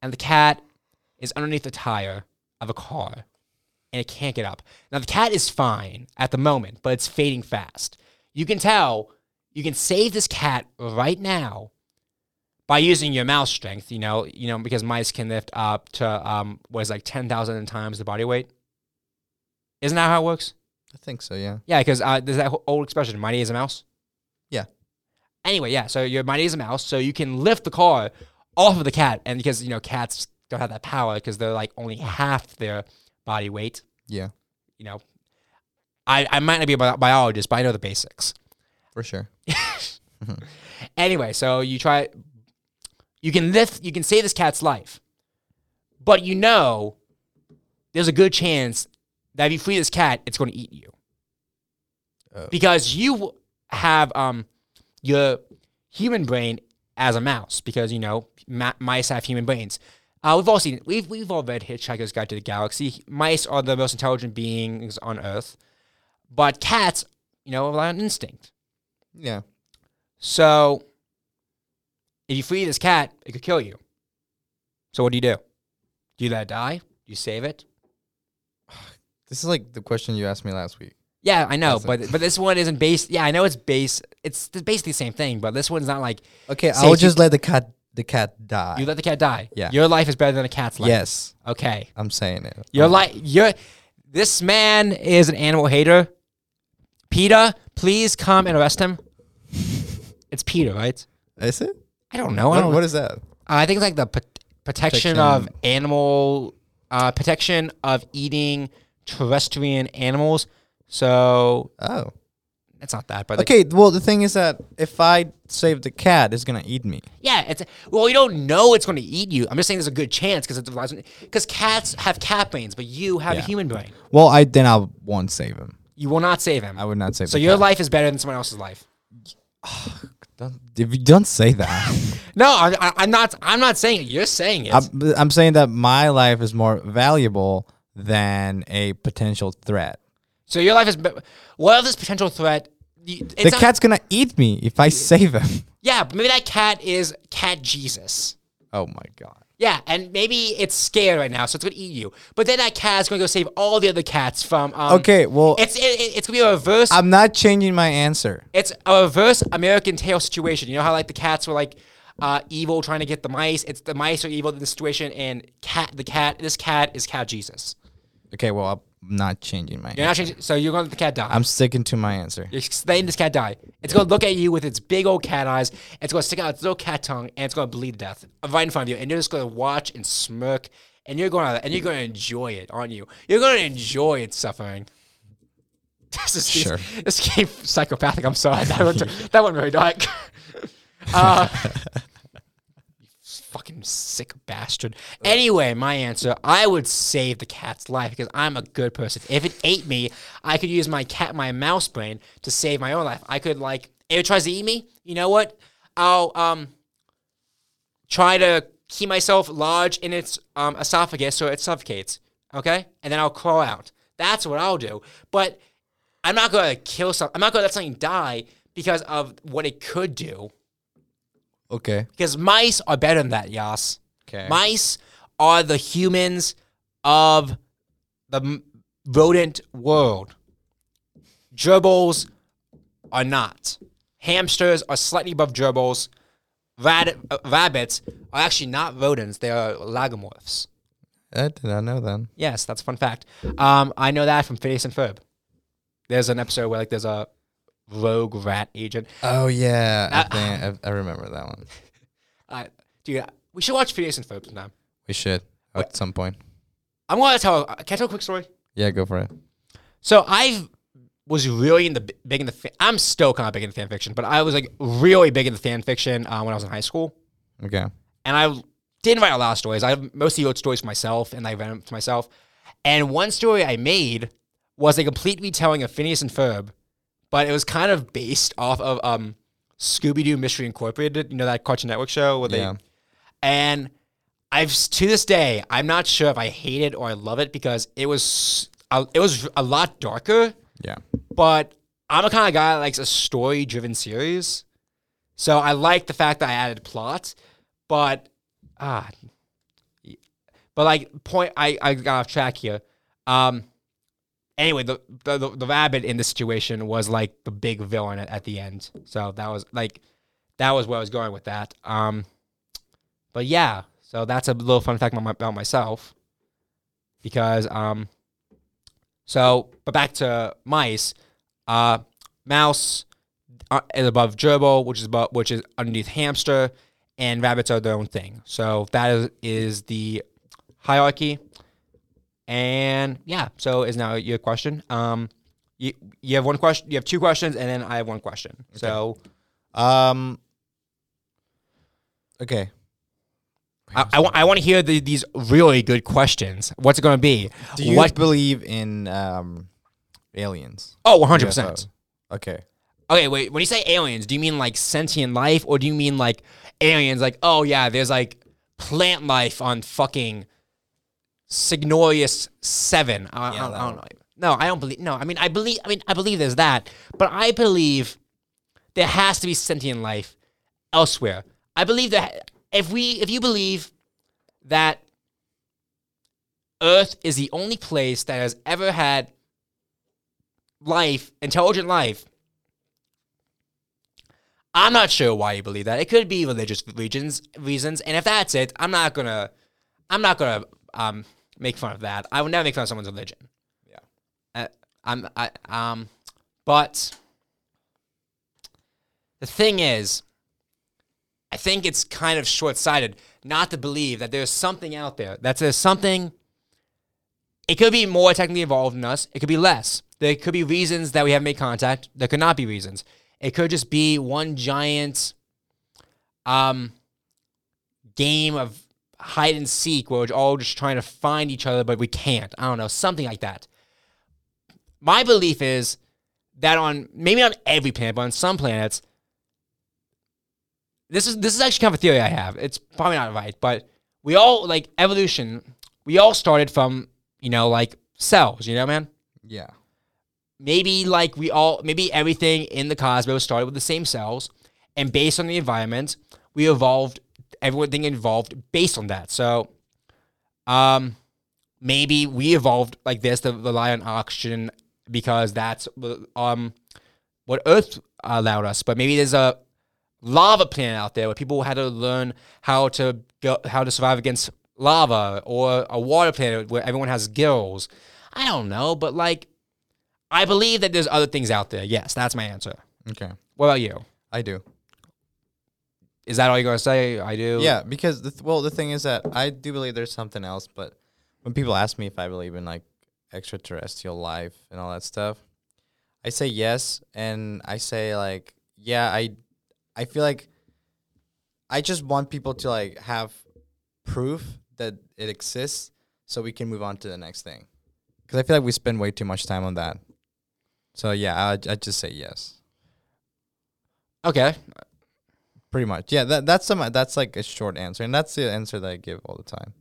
And the cat is underneath the tire of a car and it can't get up. Now, the cat is fine at the moment, but it's fading fast. You can tell, you can save this cat right now by using your mouse strength, you know, you know, because mice can lift up to um was like 10,000 times the body weight. Isn't that how it works?
I think so, yeah.
Yeah, because uh, there's that whole old expression, mighty as a mouse.
Yeah.
Anyway, yeah, so you're mighty as a mouse, so you can lift the car off of the cat. And because, you know, cats don't have that power because they're like only half their body weight,
Yeah,
you know. I, I might not be a bi- biologist, but I know the basics.
for sure.
Anyway, so you try, you can lift, you can save this cat's life, but you know there's a good chance that if you free this cat, it's going to eat you.
Oh.
Because you have um, your human brain as a mouse, because you know ma- mice have human brains. Uh, we've all seen we've we've all read Hitchhiker's Guide to the Galaxy. Mice are the most intelligent beings on Earth, but cats, you know, rely on instinct.
Yeah.
So if you free this cat, it could kill you. So what do you do? Do you let it die? Do you save it?
This is like the question you asked me last week.
Yeah, I know,
That's it.
but but this one isn't based. Yeah, I know it's based. It's th- basically the same thing, but this one's not like
Okay,
Say
I'll
if you-
just let the cat the cat die.
you let the cat die.
Yeah.
your life is better than a cat's life.
yes,
Okay.
I'm saying it.
You're
I'm-
like you're. This man is an animal hater. Peter, please come and arrest him. It's Peter, right?
Is it?
I don't know. I,
What,
don't,
what is that?
Uh, I think it's like the p- protection,
Protection.
of animal, uh, protection of eating terrestrian animals. So
Oh.
it's not that, but like,
Okay, well the thing is that if I save the cat, it's gonna eat me.
Yeah, it's well, you don't know it's going to eat you. I'm just saying there's a good chance because it's because cats have cat brains, but you have a
Yeah.
human brain.
Well, I then I won't save him.
You will not save him.
I would not save.
so
the
your
cat.
life is better than someone else's life.
Don't, if you don't say that,
No, I, I, I'm not. I'm not saying it. You're saying it.
I'm, I'm saying that my life is more valuable than a potential threat.
so your life is. be- What if this potential threat? you- It's
The
not-
cat's gonna eat me if I save him.
Yeah, but maybe that cat is cat Jesus.
Oh my god.
Yeah, and maybe it's scared right now, so it's gonna eat you. But then that cat's gonna go save all the other cats from. Um,
Okay, well,
It's it, it- it's gonna be a reverse
I'm not changing my answer.
It's a reverse American Tail situation. You know how like the cats were like uh, evil trying to get the mice. It's the mice are evil in this situation, and cat the cat this cat is cat Jesus.
Okay, well, I'm not changing my.
You're not changing, so you're gonna let the cat die.
I'm sticking to my answer.
you're letting this cat die. It's gonna look at you with its big old cat eyes. It's gonna stick out its little cat tongue, and it's gonna bleed to death right in front of you. And you're just gonna watch and smirk, and you're gonna and you're gonna enjoy it, aren't you? You're gonna enjoy its suffering. This is
Sure.
this game psychopathic. I'm sorry, that one that one really dark. uh, you fucking sick bastard. Anyway, my answer: I would save the cat's life because I'm a good person. If it ate me, I could use my cat, my mouse brain, to save my own life. I could like if it tries to eat me, you know what? I'll um try to keep myself large in its um, esophagus so it suffocates. Okay, and then I'll crawl out. That's what I'll do. But I'm not going to kill something. I'm not going to let something die because of what it could do.
Okay.
Because mice are better than that, Yas.
Okay.
Mice are the humans of the m- rodent world. Gerbils are not. Hamsters are slightly above gerbils. Rad- uh, rabbits are actually not rodents, they are lagomorphs.
I did not know then.
Yes, that's a fun fact. Um, I know that from Phineas and Ferb. There's an episode where like there's a rogue rat agent.
Oh yeah, I
Uh,
think I, I remember that one.
Uh, dude, we should watch Phineas and Ferb sometime.
We should at some point.
I'm gonna tell. Can I tell a quick story?
Yeah, go for it.
So I was really in the big in the. Fa- I'm still kind of big in fan fiction, but I was like really big in the fan fiction uh, when I was in high school,
Okay.
and I didn't write a lot of stories. I mostly wrote stories for myself, and I read them to myself. And one story I made was a complete retelling of Phineas and Ferb, but it was kind of based off of um Scooby Doo Mystery Incorporated. You know that Cartoon Network show where they
Yeah.
and I've to this day I'm not sure if I hate it or I love it because it was uh, it was a lot darker,
Yeah.
but I'm a kind of guy that likes a story driven series, so I like the fact that I added plot, but ah, but like point I I got off track here. Um, anyway, the the the, the rabbit in this situation was like the big villain at, at the end, so that was like that was where I was going with that. Um. But yeah, so that's a little fun fact about, my, about myself. Because um, so but back to mice, uh, mouse uh, is above gerbil, which is above, which is underneath hamster, and rabbits are their own thing. So that is, is the hierarchy. And yeah, so is now your question. Um, you, you have one question, you have two questions, and then I have one question. So
Um. Okay.
I, I, wa- I want to hear the, these really good questions. What's it going to be?
Do you
what?
believe in um aliens?
Oh, 100%.
Okay.
Okay, wait. When you say aliens, do you mean like sentient life or do you mean like aliens? Like, oh, yeah, there's like plant life on fucking Signorius 7. I, I
Yeah,
don't-
that
I don't know. No, I don't believe. No, I mean, I believe. I mean, I believe there's that, but I believe there has to be sentient life elsewhere. I believe that if we, if you believe that Earth is the only place that has ever had life, intelligent life. I'm not sure why you believe that. It could be religious regions, reasons, and if that's it, I'm not gonna, I'm not gonna um, make fun of that. I would never make fun of someone's religion.
Yeah.
Uh, I'm, I, um, but the thing is, I think it's kind of short-sighted not to believe that there's something out there. That there's something. It could be more technically involved than us. It could be less. There could be reasons that we haven't made contact. There could not be reasons. It could just be one giant um, game of hide and seek where we're all just trying to find each other, but we can't. I don't know, something like that. My belief is that on maybe not every planet, but on some planets, this is this is actually kind of a theory I have. It's probably not right, but we all like evolution. We all started from you know like cells. You know, man.
Yeah.
Maybe like we all maybe everything in the cosmos started with the same cells, and based on the environment, we evolved. Everything evolved based on that. So, um, maybe we evolved like this to rely on oxygen because that's um what Earth allowed us. But maybe there's a lava planet out there where people had to learn how to go, how to survive against lava or a water planet where everyone has gills. I don't know, but like I believe that there's other things out there. Yes, that's my answer.
Okay.
What about you?
I do.
Is that all you're gonna say? I do.
Yeah, because the th- well, the thing is that I do believe there's something else, but when people ask me if I believe in like extraterrestrial life and all that stuff, I say yes, and I say like, yeah, I, I feel like I just want people to like have proof that it exists, so we can move on to the next thing, because I feel like we spend way too much time on that. So yeah, I I just say yes.
Okay.
Pretty much, yeah. That, that's some. That's like a short answer, and that's the answer that I give all the time.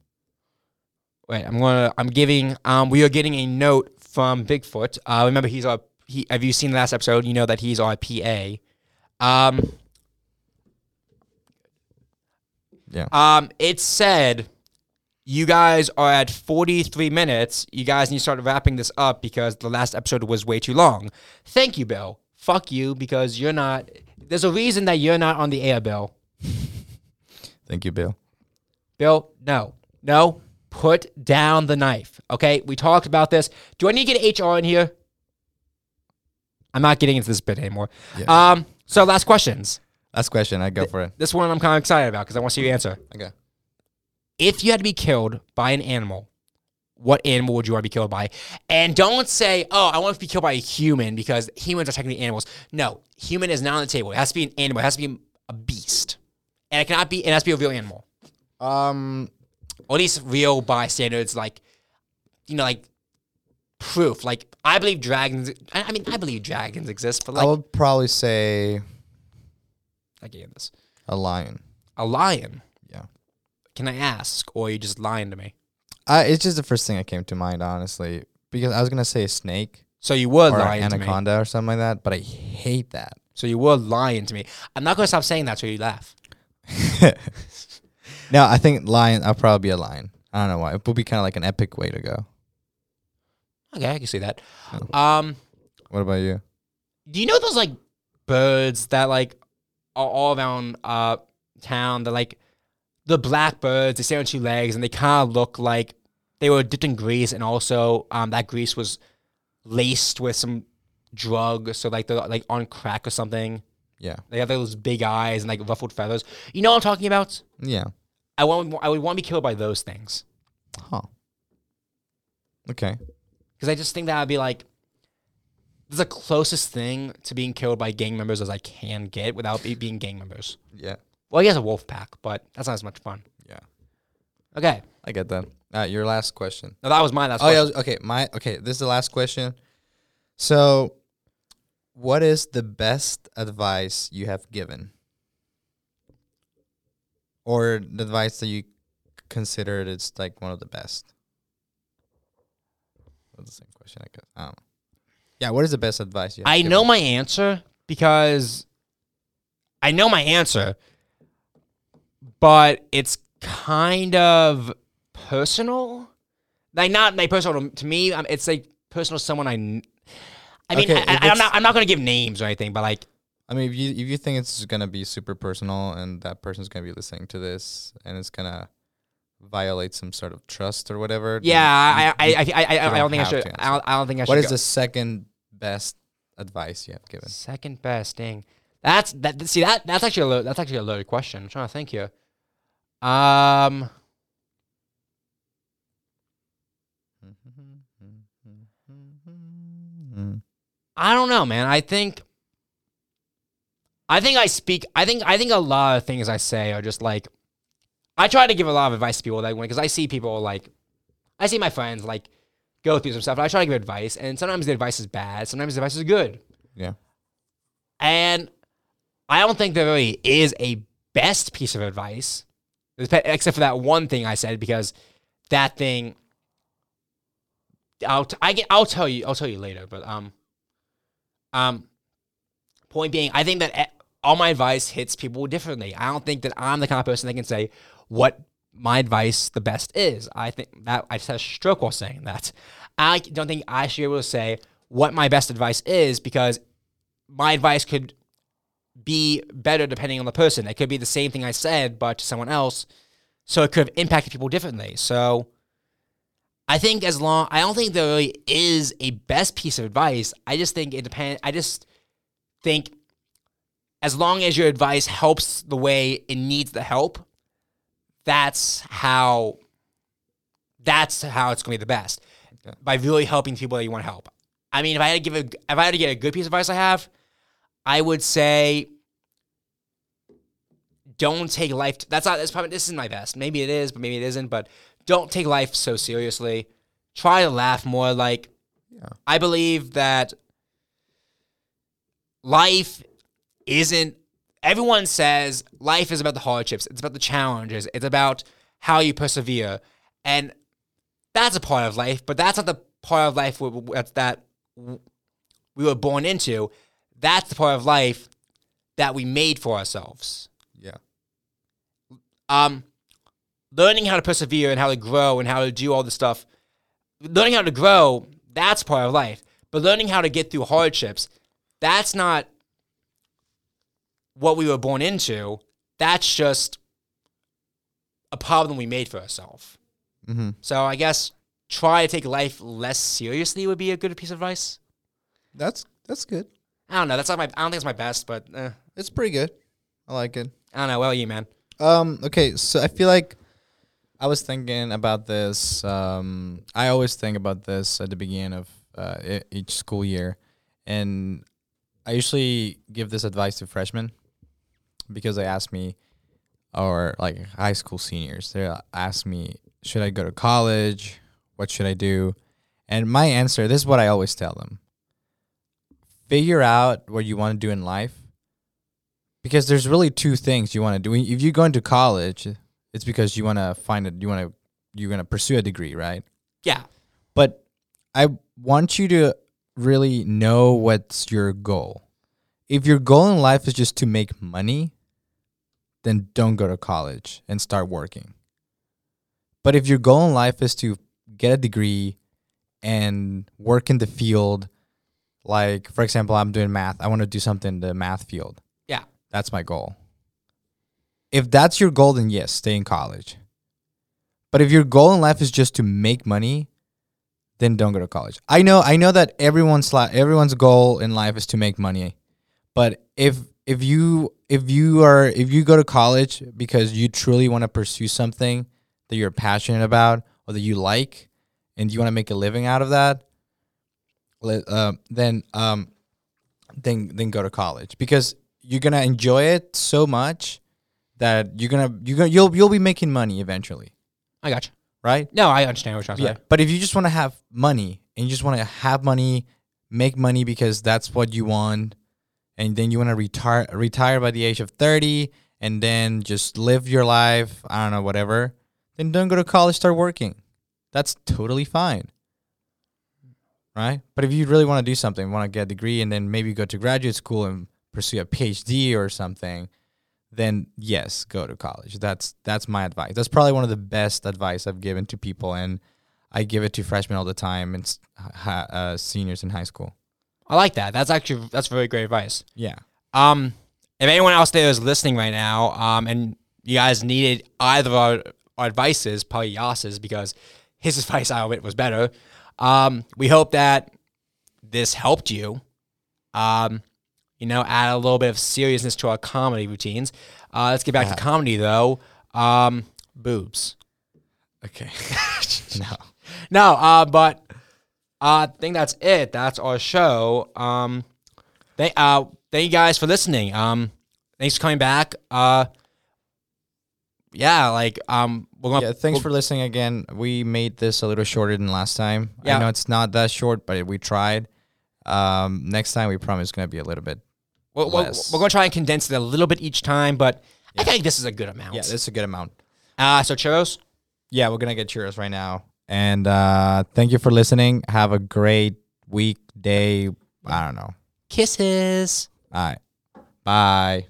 Wait, I'm gonna. I'm giving. Um, we are getting a note from Bigfoot. Uh, remember he's our. He, have you seen the last episode? You know that he's our PA. Um.
Yeah.
Um. It said, you guys are at 43 minutes. You guys need to start wrapping this up because the last episode was way too long. Thank you, Bill. Fuck you because you're not. There's a reason that you're not on the air, Bill.
Thank you, Bill.
Bill, no, no, put down the knife. Okay, we talked about this. Do I need to get HR in here? I'm not getting into this bit anymore.
Yeah.
Um, so last questions.
Last question. I go for it.
This one I'm kind of excited about because I want to see your answer.
Okay.
If you had to be killed by an animal, what animal would you want to be killed by? And don't say, "Oh, I want to be killed by a human" because humans are technically animals. No, human is not on the table. It has to be an animal. It has to be a beast, and it cannot be. It has to be a real animal.
Um.
or at least real bystanders, like you know, like proof. Like I believe dragons. I, I mean, I believe dragons exist, but
I
like
would probably say
I gave this
A lion.
a lion.
Yeah.
Can I ask, or are you just lying to me?
I, it's just the first thing that came to mind, honestly, because I was gonna say a snake
So you were
or
lying
an
to me.
anaconda or something like that, but I hate that.
So you were lying to me. I'm not gonna stop saying that till you laugh.
no, I think lion. I'll probably be a lion. I don't know why. It would be kind of like an epic way to go.
Okay, I can see that.
Oh.
Um,
What about you?
do you know those like birds that like are all around uh town? They're like the black birds. They stand on two legs and they kind of look like they were dipped in grease, and also um that grease was laced with some drug. So like they're like on crack or something.
Yeah,
They have those big eyes and like ruffled feathers. You know what I'm talking about?
yeah.
I want I would want to be killed by those things
Huh. Okay.
because I just think that I'd be like this is the closest thing to being killed by gang members as I can get without it being gang members.
Yeah,
Well, he has a wolf pack, but that's not as much fun.
yeah.
Okay,
I get that. All right, your last question.
now that was mine. That's
Oh yeah. Okay. My okay. This is the last question. So, what is the best advice you have given, or the advice that you considered it's like one of the best? That's the same question, I guess. I don't know. Yeah. What is the best advice you? Have
I
given?
know my answer because I know my answer, but it's kind of personal. Like not like personal to- to me. um, It's like personal to someone I. kn- I mean,
Okay,
I,
if
I, am
it's-
not. I'm not gonna give names or anything, but like,
I mean, if you if you think it's gonna be super personal and that person's gonna be listening to this and it's gonna violate some sort of trust or whatever. then
yeah, I, I, I, I, I,
don't
I don't think I
have
should.
to
I don't, I don't think I should.
What is
go-
the second best advice you have given?
Second best thing. That's that. See that that's actually a lo- that's actually a loaded question. I'm trying to think here. Um. I don't know, man. I think I think I speak I think I think a lot of things I say are just like I try to give a lot of advice to people that because I see people like I see my friends like go through some stuff and I try to give advice and sometimes the advice is bad, sometimes the advice is good.
Yeah.
And I don't think there really is a best piece of advice, except for that one thing I said because that thing. I'll t- I get, I'll tell you I'll tell you later, but um, um, point being, I think that e- all my advice hits people differently. I don't think that I'm the kind of person that can say what my advice the best is. I think that I just had a stroke while saying that. I don't think I should be able to say what my best advice is because my advice could be better depending on the person. It could be the same thing I said, but to someone else. So it could have impacted people differently. So I think as long I don't think there really is a best piece of advice. I just think it depends I just think as long as your advice helps the way it needs the help, that's how that's how it's gonna be the best.
Okay.
By really helping people that you want to help. I mean if I had to give a if I had to get a good piece of advice I have, I would say don't take life. that's not. That's probably. This is my best. Maybe it is, but maybe it isn't. But don't take life so seriously. Try to laugh more. Like,
Yeah.
I believe that life isn't. Everyone says life is about the hardships. It's about the challenges. It's about how you persevere, and that's a part of life. But that's not the part of life we- that's that we were born into. That's the part of life that we made for ourselves
Yeah.
um, learning how to persevere and how to grow and how to do all this stuff, learning how to grow, that's part of life. But learning how to get through hardships, that's not what we were born into. That's just a problem we made for ourselves.
hmm
So I guess try to take life less seriously would be a good piece of advice.
That's that's good.
I don't know. That's not my. I don't think it's my best, but eh,
It's pretty good. I like it.
I don't know. Well, you man.
Um. Okay. So I feel like I was thinking about this. Um. I always think about this at the beginning of uh, e- each school year, and I usually give this advice to freshmen because they ask me, or like high school seniors, they ask me, should I go to college? What should I do? And my answer, this is what I always tell them: figure out what you want to do in life because there's really two things you want to do. If you go into college, it's because you want to find it. You want to you're going to pursue a degree, right?
Yeah.
But I want you to really know what's your goal. If your goal in life is just to make money, then don't go to college and start working. But if your goal in life is to get a degree and work in the field, like for example, I'm doing math, I want to do something in the math field.
Yeah.
That's my goal. If that's your goal, then yes, stay in college. But if your goal in life is just to make money, then don't go to college. I know, I know that everyone's li- everyone's goal in life is to make money, but if if you if you are if you go to college because you truly want to pursue something that you're passionate about or that you like, and you want to make a living out of that, le- uh, then um, then then go to college because you're gonna enjoy it so much that you're gonna you're gonna you'll you'll be making money eventually,
I got you.
right?
No, I understand what you're saying.
Yeah. But if you just want to have money and you just want to have money, make money because that's what you want, and then you want to retire retire by the age of 30 and then just live your life, I don't know, whatever, then don't go to college, start working. That's totally fine. Right? But if you really want to do something, want to get a degree and then maybe go to graduate school and pursue a PhD or something, then yes, go to college. That's that's my advice. That's probably one of the best advice I've given to people, and I give it to freshmen all the time and s- hi- uh, seniors in high school.
I like that. That's actually that's very great advice.
Yeah,
Um, if anyone else there is listening right now, um, and you guys needed either of our, our advices, probably Yas's, because his advice I admit was better. Um, we hope that this helped you. Um, you know, add a little bit of seriousness to our comedy routines. Uh, let's get back to comedy though. Um, boobs.
Okay. no.
No, uh, but uh, I think that's it. That's our show. Um, thank, uh, thank you guys for listening. Um, thanks for coming back. Uh, yeah, like um, we're gonna
Yeah, thanks for listening again. We made this a little shorter than last time.
Yeah.
I know it's not that short, but we tried. Um, next time we promise it's gonna be a little bit.
we're, we're,
less.
we're gonna try and condense it a little bit each time, but I think this is a good amount.
Yeah, this is a good amount.
uh, so churros.
Yeah, we're gonna get churros right now. And uh, thank you for listening. Have a great week, day. I don't know.
Kisses.
All right. Bye.